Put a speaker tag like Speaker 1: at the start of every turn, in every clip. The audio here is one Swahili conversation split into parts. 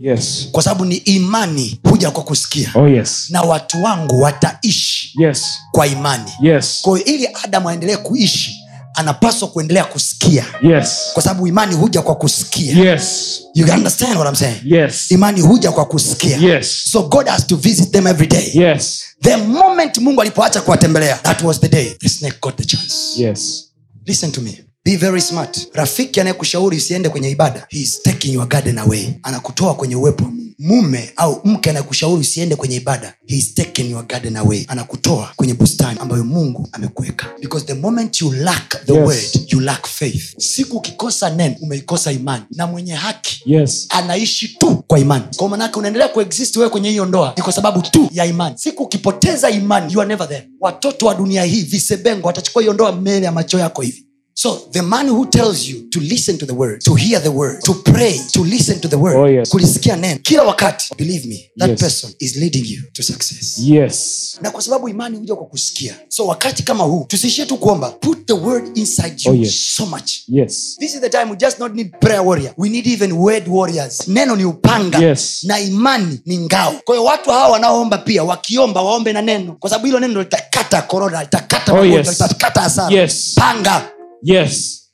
Speaker 1: Yes.
Speaker 2: kwa sababu ni imani huja kwa kusikia
Speaker 1: Oh yes.
Speaker 2: na watu wangu wataishi
Speaker 1: Yes.
Speaker 2: kwa imani
Speaker 1: Yes.
Speaker 2: kwa hiyo ili adamu aendelee kuishi anapaswa kuendelea kusikia
Speaker 1: Yes.
Speaker 2: kwa sababu imani huja kwa kusikia
Speaker 1: Yes.
Speaker 2: you can understand what I'm saying?
Speaker 1: Yes.
Speaker 2: imani huja kwa kusikia
Speaker 1: Yes.
Speaker 2: so god has to visit them every day
Speaker 1: Yes.
Speaker 2: the moment mungu alipoacha kuwatembelea that was the day the snake got the chance
Speaker 1: Yes.
Speaker 2: listen to me be very smart rafiki anayekushauri usiende kwenye ibada he is taking your garden away anakutoa kwenye uwepo wa Mungu. mume au mke anayekushauri usiende kwenye ibada he is taking your garden away anakutoa kwenye bustani ambayo mungu amekuweka because the moment you lack the
Speaker 1: Yes.
Speaker 2: word you lack faith siku ukikosa neno umeikosa imani na mwenye haki
Speaker 1: Yes.
Speaker 2: anaishi tu kwa imani kwa manake unaendelea kuexist wewe kwenye hiyo ndoa ni kwa sababu tu ya imani siku ukipoteza imani you are never there watoto wa dunia hii visebengo watachukua hiyo ndoa mbele ya macho yako hivi so the man who tells you to listen to the word to hear the word to pray to listen to the word
Speaker 1: Oh, yes.
Speaker 2: kulisikia neno kila wakati believe me that
Speaker 1: Yes.
Speaker 2: person is leading you to success
Speaker 1: Yes.
Speaker 2: na kwa sababu imani huja kwa kusikia so wakati kama huu tusiishie tu kuomba put the word inside you
Speaker 1: Oh, yes.
Speaker 2: so much
Speaker 1: Yes.
Speaker 2: this is the time we just not need prayer warrior we need even word warriors neno ni upanga
Speaker 1: Yes.
Speaker 2: na imani ni ngao kwa hiyo watu hawa wanaoomba pia wakiomba waombe na neno kwa sababu hilo neno ndo litakata korona litakata
Speaker 1: Oh,
Speaker 2: magonjwa,
Speaker 1: yes.
Speaker 2: litakata hasara
Speaker 1: Yes.
Speaker 2: panga
Speaker 1: Yes.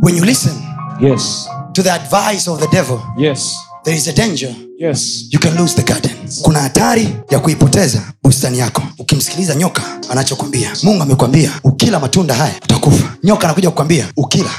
Speaker 2: when you listen
Speaker 1: Yes.
Speaker 2: to the advice of the devil
Speaker 1: Yes.
Speaker 2: there is a danger
Speaker 1: Yes.
Speaker 2: you can lose the garden kuna hatari ya kuipoteza bustani yako ukimsikiliza nyoka anachokwambia mungu amekwambia ukila matunda haya utakufa nyoka anakuja kukwambia ukila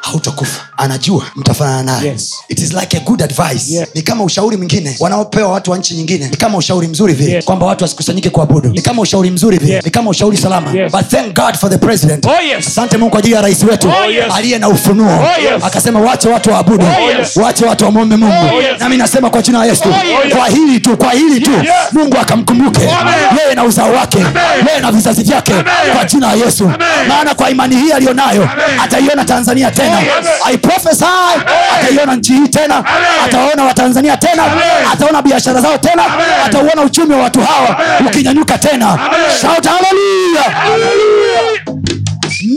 Speaker 2: hautakufa anajua mtafanana naye
Speaker 1: Yes.
Speaker 2: it is like a good advice
Speaker 1: Yeah.
Speaker 2: ni kama ushauri mwingine wanaopewa watu wa nchi nyingine ni kama ushauri mzuri vile
Speaker 1: Yeah.
Speaker 2: kwamba watu wasikusanyike kuabudu ni kama ushauri mzuri vile
Speaker 1: Yeah.
Speaker 2: ni kama ushauri salama
Speaker 1: Yes.
Speaker 2: but thank god for the president
Speaker 1: Oh yes.
Speaker 2: asante mungu kwa ajili ya rais wetu
Speaker 1: Oh, yes.
Speaker 2: aliye na ufunuo
Speaker 1: Oh, yes.
Speaker 2: akasema wache watu waabudu
Speaker 1: Oh, yes.
Speaker 2: wache watu wamwombe mungu
Speaker 1: Oh, yes.
Speaker 2: nami nasema kwa jina la yesu
Speaker 1: Oh, yes.
Speaker 2: kwa hili tu kwa hili tu
Speaker 1: Yes.
Speaker 2: mungu akamkumbuke
Speaker 1: Amen.
Speaker 2: yeye na uzao wake yeye na vizazi vyake kwa jina la yesu maana kwa imani hii aliyonayo ataiona tanzania tena I prophesy, ataiona nchi hii tena ataona watanzania tena ataona biashara zao tena atauona uchumi wa watu hawa ukinyanyuka tena shout hallelujah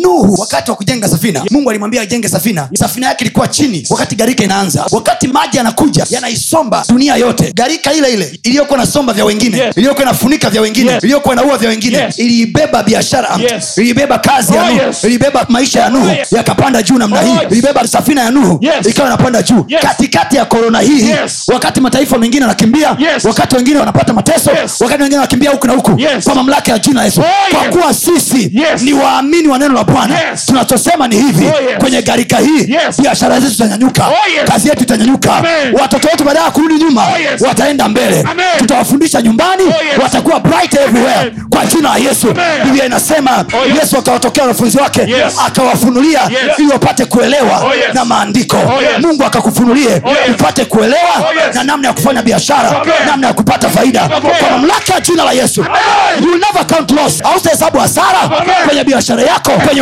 Speaker 2: nuhu wakati wa kujenga safina mungu alimwambia ajenge safina safina yake ilikuwa chini wakati garika inaanza wakati maji yanakuja yanaisomba dunia yote garika ile ile iliyokuwa nasomba vya wengine
Speaker 1: Yes.
Speaker 2: iliyokuwa nafunika vya wengine
Speaker 1: Yes.
Speaker 2: iliyokuwa naua vya wengine
Speaker 1: Yes.
Speaker 2: iliibeba biashara
Speaker 1: Yes.
Speaker 2: iliibeba kazi ya
Speaker 1: Oh,
Speaker 2: nuhu
Speaker 1: yes. Oh,
Speaker 2: iliibeba maisha ya nuhu
Speaker 1: yes.
Speaker 2: yakapanda juu namna
Speaker 1: Oh,
Speaker 2: hii
Speaker 1: yes.
Speaker 2: iliibeba safina ya nuhu
Speaker 1: Yes.
Speaker 2: ikawa inapanda juu
Speaker 1: Yes.
Speaker 2: katikati ya korona hii
Speaker 1: Yes.
Speaker 2: wakati mataifa mengine yanakimbia
Speaker 1: Yes.
Speaker 2: wakati wengine wanapata mateso
Speaker 1: Yes.
Speaker 2: wakati wengine wanakimbia huku na huku
Speaker 1: Yes.
Speaker 2: kwa mamlaka ya jina la yesu
Speaker 1: Oh,
Speaker 2: kwa
Speaker 1: yes.
Speaker 2: kuwa sisi
Speaker 1: Yes.
Speaker 2: ni waamini wa neno la bwana
Speaker 1: Yes.
Speaker 2: tunachosema ni hivi
Speaker 1: Oh, yes.
Speaker 2: kwenye garika hii
Speaker 1: Yes.
Speaker 2: biashara zetu zitanyanyuka
Speaker 1: Oh, yes.
Speaker 2: kazi yetu itanyanyuka
Speaker 1: Amen.
Speaker 2: watoto wetu baadaye ya kurudi nyuma
Speaker 1: Oh, yes.
Speaker 2: wataenda mbele
Speaker 1: Amen.
Speaker 2: tutawafundisha nyumbani
Speaker 1: Oh, yes.
Speaker 2: watakuwa bright everywhere
Speaker 1: Amen.
Speaker 2: kwa jina la yesu
Speaker 1: Amen. Oh,
Speaker 2: biblia inasema
Speaker 1: yes.
Speaker 2: yesu akawatokea wanafunzi wake
Speaker 1: Yes.
Speaker 2: akawafunulia
Speaker 1: Yes.
Speaker 2: ili wapate kuelewa
Speaker 1: Oh, yes.
Speaker 2: na maandiko
Speaker 1: Oh, yes.
Speaker 2: mungu akakufunulie
Speaker 1: Oh, yes.
Speaker 2: upate kuelewa
Speaker 1: Oh, yes.
Speaker 2: na namna ya kufanya biashara
Speaker 1: Amen.
Speaker 2: namna ya kupata faida
Speaker 1: Amen.
Speaker 2: kwa mamlaka ya jina la yesu You will never count loss hautahesabu hasara
Speaker 1: Amen.
Speaker 2: kwenye biashara yako kwenye